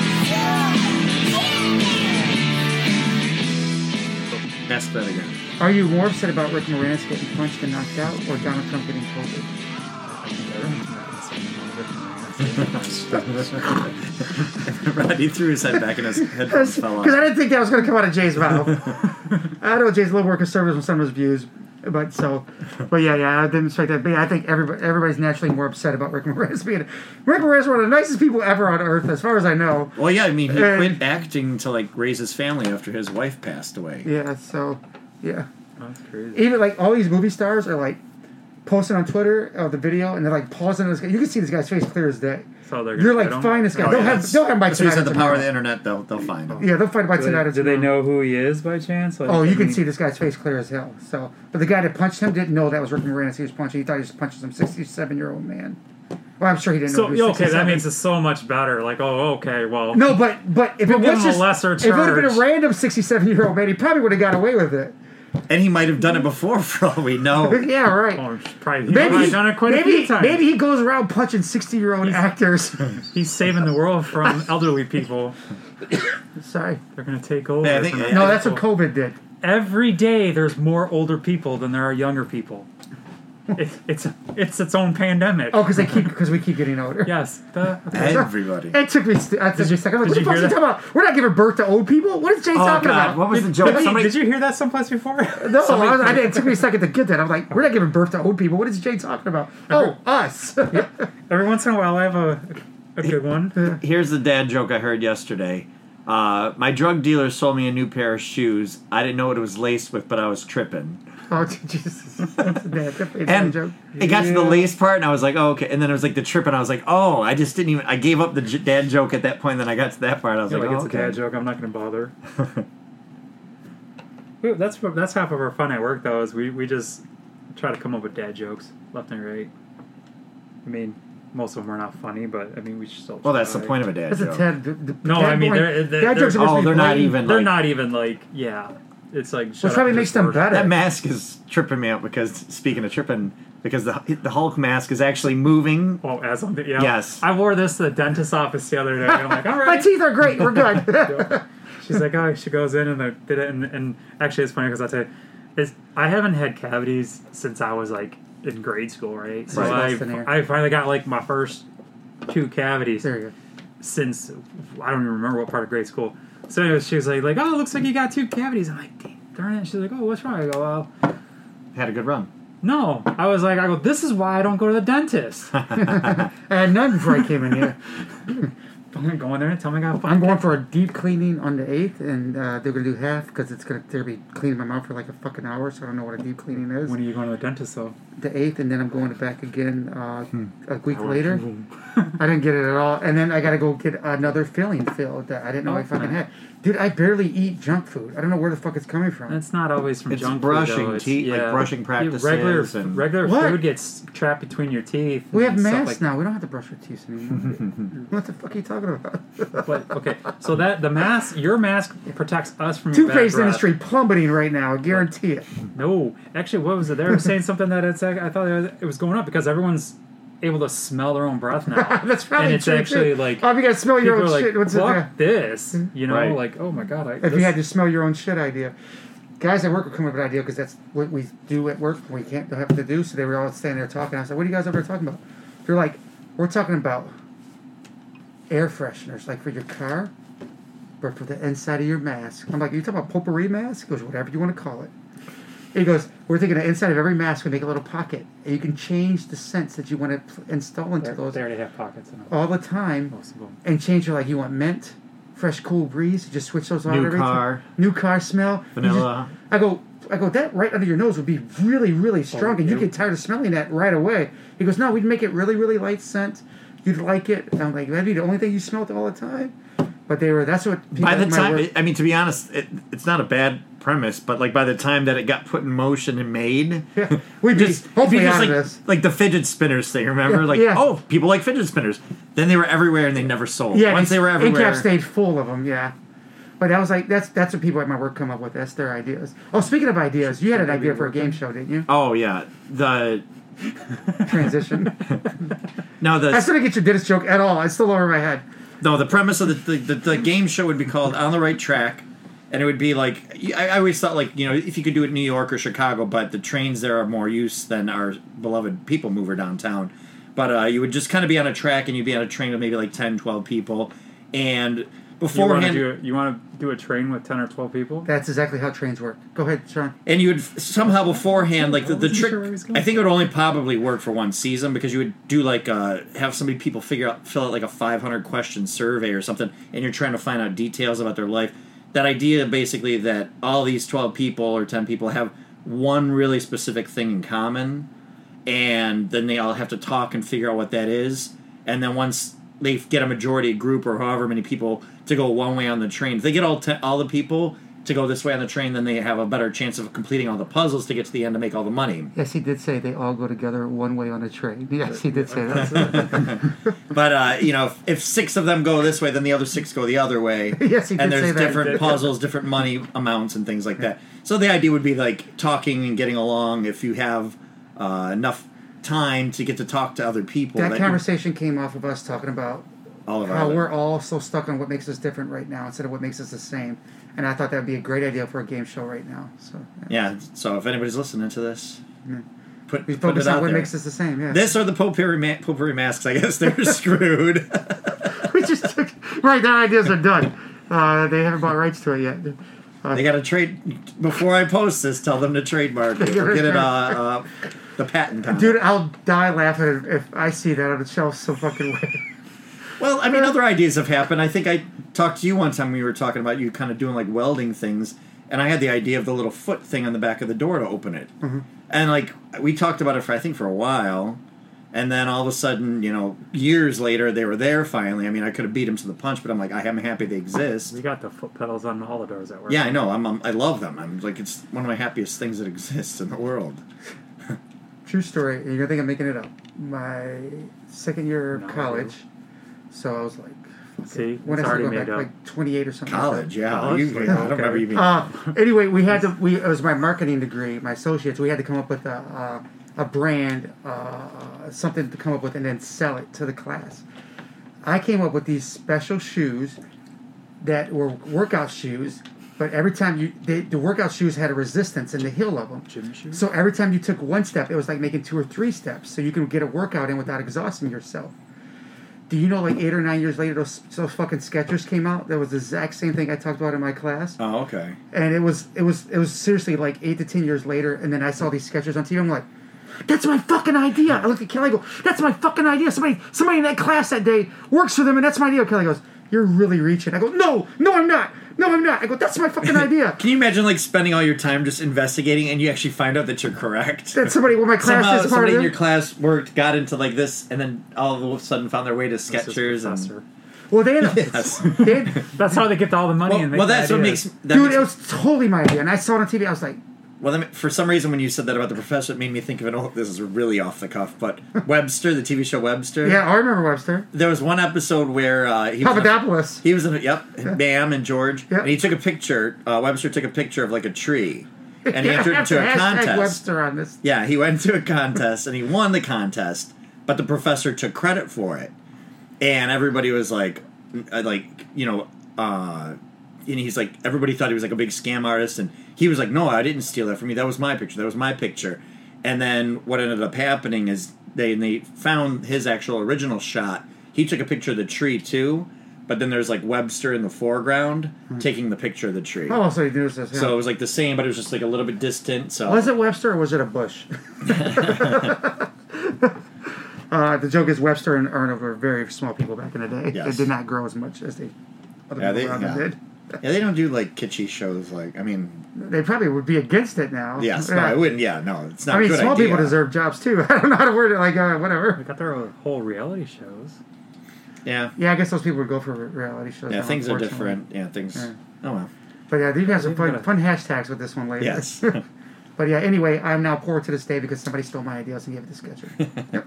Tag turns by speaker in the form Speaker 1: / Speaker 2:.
Speaker 1: Are you more upset about Rick Moranis getting punched and knocked out or Donald Trump getting COVID?
Speaker 2: Rodney threw his head back and his headphones
Speaker 1: Because
Speaker 2: fell
Speaker 1: I
Speaker 2: off.
Speaker 1: didn't think that was going to come out of Jay's mouth. I know Jay's a little more conservative with some of his views, but so, but yeah, yeah, I didn't expect that. But yeah, I think everybody, everybody's naturally more upset about Rick Moranis being Rick Moranis, is one of the nicest people ever on earth, as far as I know.
Speaker 2: Well, yeah, I mean, he
Speaker 1: Uh,
Speaker 2: quit acting to like raise his family after his wife passed away. Oh,
Speaker 1: Yeah, so, yeah.
Speaker 3: That's crazy.
Speaker 1: even like all these movie stars are like posting on Twitter of the video, and they're like pausing on this guy. You can see this guy's face clear as day.
Speaker 3: So they're gonna
Speaker 1: You're like,
Speaker 3: get him?
Speaker 1: find this guy.
Speaker 2: Oh,
Speaker 1: they'll
Speaker 2: yeah,
Speaker 1: have,
Speaker 2: that's-
Speaker 1: they'll have by
Speaker 2: That's why he
Speaker 1: tonight.
Speaker 2: said
Speaker 1: or
Speaker 2: the power of the
Speaker 1: tomorrow.
Speaker 2: internet. They'll they'll find him.
Speaker 1: Yeah, they'll find it by
Speaker 3: Do
Speaker 1: tonight.
Speaker 3: they,
Speaker 1: or
Speaker 3: do they
Speaker 1: tomorrow.
Speaker 3: know who he is by chance? Like,
Speaker 1: Oh, you
Speaker 3: I
Speaker 1: can
Speaker 3: mean,
Speaker 1: see this guy's face clear as hell. So, but the guy that punched him didn't know that was Rick Moranis. He was punching. He thought he was punching some sixty-seven-year-old man. Well, I'm sure he didn't
Speaker 3: So
Speaker 1: know. He
Speaker 3: yeah,
Speaker 1: was
Speaker 3: okay,
Speaker 1: 67.
Speaker 3: that means it's so much better. Like, oh, okay, well,
Speaker 1: No, but but if it
Speaker 3: give
Speaker 1: was
Speaker 3: him a
Speaker 1: just
Speaker 3: lesser
Speaker 1: if it would have been a
Speaker 3: charge.
Speaker 1: random sixty-seven-year-old man, he probably would have got away with it.
Speaker 2: And he might have done it before, for all we know.
Speaker 1: Yeah, right.
Speaker 3: oh, he's probably he's
Speaker 1: Maybe
Speaker 3: probably
Speaker 1: he,
Speaker 3: done it quite
Speaker 1: maybe,
Speaker 3: a few times.
Speaker 1: maybe he goes around punching sixty-year-old actors.
Speaker 3: he's saving the world from elderly people.
Speaker 1: Sorry.
Speaker 3: They're gonna take over.
Speaker 2: Yeah, I think-
Speaker 3: from
Speaker 2: yeah.
Speaker 1: No,
Speaker 3: elderly
Speaker 1: that's what
Speaker 3: people.
Speaker 1: COVID did.
Speaker 3: Every day, there's more older people than there are younger people. It, it's it's its own pandemic.
Speaker 1: Oh, because they keep because we keep getting older.
Speaker 3: Yes. The,
Speaker 2: Everybody.
Speaker 1: It took me. St- that took me a second. I'm
Speaker 3: did
Speaker 1: Like,
Speaker 3: you
Speaker 1: what the
Speaker 3: hear Oh,
Speaker 1: fuck's he talking about? We're not giving birth to old people. What is Jay
Speaker 4: Oh,
Speaker 1: talking about?
Speaker 2: What was the
Speaker 3: Did,
Speaker 2: joke?
Speaker 3: you-
Speaker 2: Somebody,
Speaker 3: did you hear that someplace before?
Speaker 1: no, I was, I didn't, it took me a second to get that. I'm like, we're not giving birth to old people. What is Jay talking about? Oh, us.
Speaker 3: Every once in a while, I have a a good one.
Speaker 4: Here's the dad joke I heard yesterday. Uh, my drug dealer sold me a new pair of shoes. I didn't know what it was laced with, but I was tripping.
Speaker 1: oh, Jesus. That's a bad, that's a bad
Speaker 4: And
Speaker 1: joke.
Speaker 4: it got to the
Speaker 3: Yeah.
Speaker 4: lace part, and I was like, "Oh, okay." And then it was like the trip, and I was like, "Oh, I just didn't even." I gave up the j- dad joke at that point. Then I got to that part. I was
Speaker 3: You're
Speaker 4: like,
Speaker 3: like, it's
Speaker 4: "Oh,
Speaker 3: a dad
Speaker 4: okay."
Speaker 3: joke. I'm not going to bother. Ooh, that's that's half of our fun at work, though, is we, we just try to come up with dad jokes left and right. I mean, most of them are not funny, but I mean, we should still.
Speaker 4: Well, that's the
Speaker 3: try.
Speaker 4: point of a dad
Speaker 1: That's a
Speaker 4: joke.
Speaker 1: Ted. The, the
Speaker 3: No,
Speaker 1: dad
Speaker 3: I mean,
Speaker 1: boy-
Speaker 3: they're- they're-
Speaker 1: dad jokes
Speaker 3: they're-
Speaker 1: are supposed
Speaker 4: oh,
Speaker 1: to be
Speaker 4: they're not
Speaker 1: blatant.
Speaker 4: even.
Speaker 3: They're
Speaker 4: like-
Speaker 3: not even like yeah. It's like shut
Speaker 1: Which
Speaker 3: up
Speaker 1: probably
Speaker 3: and
Speaker 1: makes
Speaker 3: just
Speaker 1: them
Speaker 3: work.
Speaker 1: better.
Speaker 4: That mask is tripping me out because speaking of tripping, because the the Hulk mask is actually moving.
Speaker 3: Oh, as on the yeah.
Speaker 4: Yes.
Speaker 3: I wore this to the dentist office the other day. And I'm like, all
Speaker 1: My
Speaker 3: right.
Speaker 1: teeth are great. We're good.
Speaker 3: She's like, oh, she goes in and they did it. And, and actually, it's funny because I say, is I haven't had cavities since I was like in grade school, right? So
Speaker 1: Right.
Speaker 3: I,
Speaker 1: Less than air.
Speaker 3: I finally got like my first two cavities
Speaker 1: there you
Speaker 3: since I don't even remember what part of grade school. So anyways, she was like, like, oh, looks like you got two cavities. I'm like, "Dang, darn it. She's like, oh, what's wrong? I go, well,
Speaker 4: Had a good run.
Speaker 3: no. I was like, I go, this is why I don't go to the dentist.
Speaker 1: go. I had none before I came in here.
Speaker 3: I'm gonna go in there and tell me I got
Speaker 1: I'm going for a deep cleaning on the 8th, and uh, they're going to do half because it's going to be cleaning my mouth for like a fucking hour, so I don't know what a deep cleaning is.
Speaker 3: When are you going to the dentist though?
Speaker 1: The 8th, and then I'm going back again uh, a week later. I didn't get it at all. And then I got to go get another filling filled that I didn't know I fucking
Speaker 3: Okay.
Speaker 1: had. Dude, I barely eat junk food. I don't know where the fuck it's coming from.
Speaker 3: That's not always from
Speaker 4: It's
Speaker 3: junk food,
Speaker 4: brushing
Speaker 3: though. It's-
Speaker 4: teeth, like
Speaker 3: yeah.
Speaker 4: brushing
Speaker 3: Yeah,
Speaker 4: practices
Speaker 3: regular
Speaker 4: and-
Speaker 3: regular
Speaker 1: What?
Speaker 3: food gets trapped between your teeth.
Speaker 1: we have
Speaker 3: and stuff
Speaker 1: masks
Speaker 3: like-
Speaker 1: now. We don't have to brush our teeth anymore. what the fuck are you talking about?
Speaker 3: But, okay, so that the mask, your mask protects us from your
Speaker 1: Two
Speaker 3: bad
Speaker 1: Face
Speaker 3: breath.
Speaker 1: industry plummeting right now. I guarantee it.
Speaker 3: No, actually, what was it? They were saying something that it's. ac- I thought it was- it was going up because everyone's able to smell their own breath now.
Speaker 1: That's probably
Speaker 3: and it's
Speaker 1: true, too.
Speaker 3: actually like
Speaker 1: Oh, if you got to smell your
Speaker 3: people
Speaker 1: own
Speaker 3: are like,
Speaker 1: shit, what's in
Speaker 3: fuck
Speaker 1: there?
Speaker 3: this, you know,
Speaker 4: Right.
Speaker 3: like oh my god, I,
Speaker 1: If
Speaker 3: this-
Speaker 1: you had to smell your own shit idea. Guys at work would come up with an idea because that's what we do at work. We can't have to do. So they were all standing there talking. I was like, what are you guys over there talking about? They're like, we're talking about air fresheners, like for your car, but for the inside of your mask. I'm like, you talking about potpourri mask? He goes, whatever you want to call it. He goes, we're thinking the inside of every mask, we make a little pocket. And you can change the scents that you want to pl- install into
Speaker 3: they
Speaker 1: those
Speaker 3: already have pockets in them.
Speaker 1: all the time
Speaker 3: Most of them.
Speaker 1: and change it like you want mint, fresh cool breeze. Just switch those on
Speaker 4: New
Speaker 1: every
Speaker 4: car.
Speaker 1: time. New car smell. You just-
Speaker 4: Vanilla. Oh,
Speaker 1: I go, I go. That right under your nose would be really, really strong, and you
Speaker 3: yeah.
Speaker 1: get tired of smelling that right away. He goes, no, we'd make it really, really light scent. You'd like it. And I'm like, that'd be the only thing you smelled all the time. But they were. That's what. People
Speaker 4: By the
Speaker 1: at my
Speaker 4: time,
Speaker 1: work-
Speaker 4: I mean, to be honest, it, it's not a bad premise, but like by the time that it got put in motion and made,
Speaker 1: Yeah. We'd be
Speaker 4: just,
Speaker 1: hopefully
Speaker 4: because,
Speaker 1: out
Speaker 4: like,
Speaker 1: of this.
Speaker 4: like the fidget spinners thing. Remember,
Speaker 1: Yeah,
Speaker 4: like
Speaker 1: yeah.
Speaker 4: oh, people like fidget spinners. Then they were everywhere and they never sold.
Speaker 1: Yeah,
Speaker 4: once
Speaker 1: these
Speaker 4: they were
Speaker 1: end
Speaker 4: everywhere,
Speaker 1: cap stayed full of them. Yeah. But that was like that's that's what people at my work come up with. That's their ideas. Oh, speaking of ideas, you had an idea for a game show, didn't you?
Speaker 4: oh yeah, the
Speaker 1: Transition.
Speaker 4: no the
Speaker 1: I still didn't get your dentist joke at all. It's still over my head.
Speaker 4: No, the premise of the, the, the, the game show would be called On the Right Track,
Speaker 2: and it would be like I, I always thought like you know if you could do it in New York or Chicago, but the trains there are more use than our beloved people mover downtown. But uh, you would just kind of be on a track and you'd be on a train with maybe like 10, 12 people, and
Speaker 3: You want to
Speaker 2: beforehand,
Speaker 3: do a, you want to do a train with ten or twelve people?
Speaker 1: That's exactly how trains work. Go ahead, Sean.
Speaker 2: and you would f- somehow beforehand like the, the
Speaker 3: wasn't
Speaker 2: trick
Speaker 3: sure where he was going.
Speaker 2: i think it would only probably work for one season because you would do like uh have somebody people figure out fill out like a 500 question survey or something and you're trying to find out details about their life that idea basically that all these 12 people or 10 people have one really specific thing in common and then they all have to talk and figure out what that is. And then once they get a majority group or however many people to go one way on the train, if they get all te- all the people to go this way on the train, then they have a better chance of completing all the puzzles to get to the end to make all the money.
Speaker 1: Yes, he did say they all go together one way on a train. Yes, he did say that.
Speaker 2: But uh, you know, if, if six of them go this way, then the other six go the other way.
Speaker 1: Yes, he did
Speaker 2: and
Speaker 1: say
Speaker 2: there's
Speaker 1: that.
Speaker 2: different puzzles, different money amounts, and things like that. So the idea would be like talking and getting along. If you have uh, enough time to get to talk to other people,
Speaker 1: that
Speaker 2: that you-
Speaker 1: conversation came off of us talking about
Speaker 2: all of our
Speaker 1: how
Speaker 2: other-
Speaker 1: we're all so stuck on what makes us different right now instead of what makes us the same. And I thought that would be a great idea for a game show right now. So yeah.
Speaker 2: Yeah. So if anybody's listening to this, put,
Speaker 1: we
Speaker 2: put
Speaker 1: focus
Speaker 2: it
Speaker 1: on
Speaker 2: out
Speaker 1: what
Speaker 2: there.
Speaker 1: makes us the same. Yeah,
Speaker 2: this or the potpourri, ma- potpourri masks. I guess they're screwed.
Speaker 1: we just took, right. Their ideas are done. Uh, they haven't bought rights to it yet. Uh,
Speaker 2: they got to trade. Before I post this, tell them to trademark it. Or get it. Uh, uh, the patent. on it.
Speaker 1: Dude, I'll die laughing if I see that on the shelf some fucking way.
Speaker 2: Well, I mean, other ideas have happened. I think I talked to you one time. We were talking about you kind of doing like welding things, and I had the idea of the little foot thing on the back of the door to open it.
Speaker 3: Mm-hmm.
Speaker 2: And like we talked about it for I think for a while, and then all of a sudden, you know, years later, they were there finally. I mean, I could have beat them to the punch, but I'm like, I am happy they
Speaker 3: We
Speaker 2: exist.
Speaker 3: got the foot pedals on all the doors at work.
Speaker 2: Yeah, I know. I'm, I'm I love them. I'm like it's one of my happiest things that exists in the world.
Speaker 1: True story. You're gonna think I'm making it up. My second year of
Speaker 3: No,
Speaker 1: college, so I was like,
Speaker 3: See,
Speaker 1: when
Speaker 3: it's
Speaker 1: I started
Speaker 3: already
Speaker 1: going
Speaker 3: made
Speaker 1: back,
Speaker 3: up.
Speaker 1: like 28 or something. like that.
Speaker 2: College, yeah.
Speaker 3: College?
Speaker 2: You- I don't
Speaker 3: Okay.
Speaker 2: remember you being.
Speaker 1: Uh, anyway, we had to. We it was my marketing degree, my associates. We had to come up with a uh, a brand, uh, something to come up with, and then sell it to the class. I came up with these special shoes that were workout shoes, but every time you they, the workout shoes had a resistance in the heel of them.
Speaker 3: Gym shoes?
Speaker 1: So every time you took one step, it was like making two or three steps, so you can get a workout in without exhausting yourself. Do you know, like eight or nine years later, those, those fucking Skechers came out. That was the exact same thing I talked about in my class
Speaker 2: oh, okay.
Speaker 1: and it was it was it was seriously like eight to ten years later and then i saw these sketches on tv i'm like that's my fucking idea i looked at kelly I go that's my fucking idea somebody somebody in that class that day works for them and that's my idea kelly goes you're really reaching i go no no i'm not no i'm not i go that's my fucking idea
Speaker 2: Can you imagine like spending all your time just investigating and you actually find out that you're correct?
Speaker 1: that somebody well my class
Speaker 2: Somehow
Speaker 1: is part
Speaker 2: somebody
Speaker 1: of
Speaker 2: in
Speaker 1: it
Speaker 2: your class worked, got into like this, and then all of a sudden found their way to
Speaker 3: This is
Speaker 2: Skechers
Speaker 3: professor.
Speaker 2: and.
Speaker 1: well they had a,
Speaker 2: Yes.
Speaker 1: they had,
Speaker 3: That's how they get all the money.
Speaker 2: Well,
Speaker 3: and make
Speaker 2: well,
Speaker 3: the
Speaker 2: that's what makes
Speaker 3: ideas.
Speaker 2: that
Speaker 1: dude
Speaker 2: makes-
Speaker 1: it was totally my idea and i saw it on tv i was like
Speaker 2: well. That, ma- for some reason, when you said that about the professor, it made me think of an. old This is really off the cuff, but Webster, the TV show Webster.
Speaker 1: yeah i remember webster
Speaker 2: There was one episode where uh, he was in a-
Speaker 1: papadopoulos
Speaker 2: He was in a, yep, Bam and George,
Speaker 1: Yeah.
Speaker 2: and he took a picture. Uh, Webster took a picture of like a tree, and he
Speaker 1: Yeah,
Speaker 2: entered
Speaker 1: I have
Speaker 2: into
Speaker 1: to
Speaker 2: a
Speaker 1: hashtag
Speaker 2: contest.
Speaker 1: webster on this
Speaker 2: Yeah, he went to a contest and he won the contest, but the professor took credit for it, and everybody was like, uh, like you know, uh, and he's like, everybody thought he was like a big scam artist, and he was like, no, I didn't steal that from you. That was my picture. That was my picture. And then what ended up happening is they they found his actual original shot. He took a picture of the tree too, but then there's like Webster in the foreground taking the picture of the tree.
Speaker 1: Hmm. oh so he knows this yeah.
Speaker 2: So it was like the same, but it was just like a little bit distant. So
Speaker 1: Was it Webster or was it a Bush? uh, the joke is Webster and Arnold were very small people back in the day.
Speaker 2: Yes.
Speaker 1: They did not grow as much as they other
Speaker 2: Yeah,
Speaker 1: people
Speaker 2: they-
Speaker 1: around them
Speaker 2: yeah.
Speaker 1: did.
Speaker 2: Yeah, they don't do like kitschy shows. Like, I mean,
Speaker 1: They probably would be against it now.
Speaker 2: yes,
Speaker 1: Yeah.
Speaker 2: no, I wouldn't. Yeah, no, it's not.
Speaker 1: I
Speaker 2: a
Speaker 1: mean,
Speaker 2: good
Speaker 1: small
Speaker 2: idea.
Speaker 1: people deserve jobs too. I don't know how to word it. Like, uh, whatever.
Speaker 3: They got their whole reality shows.
Speaker 2: Yeah,
Speaker 1: Yeah, I guess those people would go for re- reality shows.
Speaker 2: yeah,
Speaker 1: now,
Speaker 2: things are
Speaker 1: unfortunately.
Speaker 2: different. Yeah, things.
Speaker 1: Yeah.
Speaker 2: Oh well.
Speaker 1: But yeah, you guys have
Speaker 3: We've
Speaker 1: fun,
Speaker 3: gotta-
Speaker 1: fun hashtags with this one later.
Speaker 2: Yes.
Speaker 1: but yeah, anyway, I'm now poor to this day because somebody stole my ideas and gave it to Sketcher.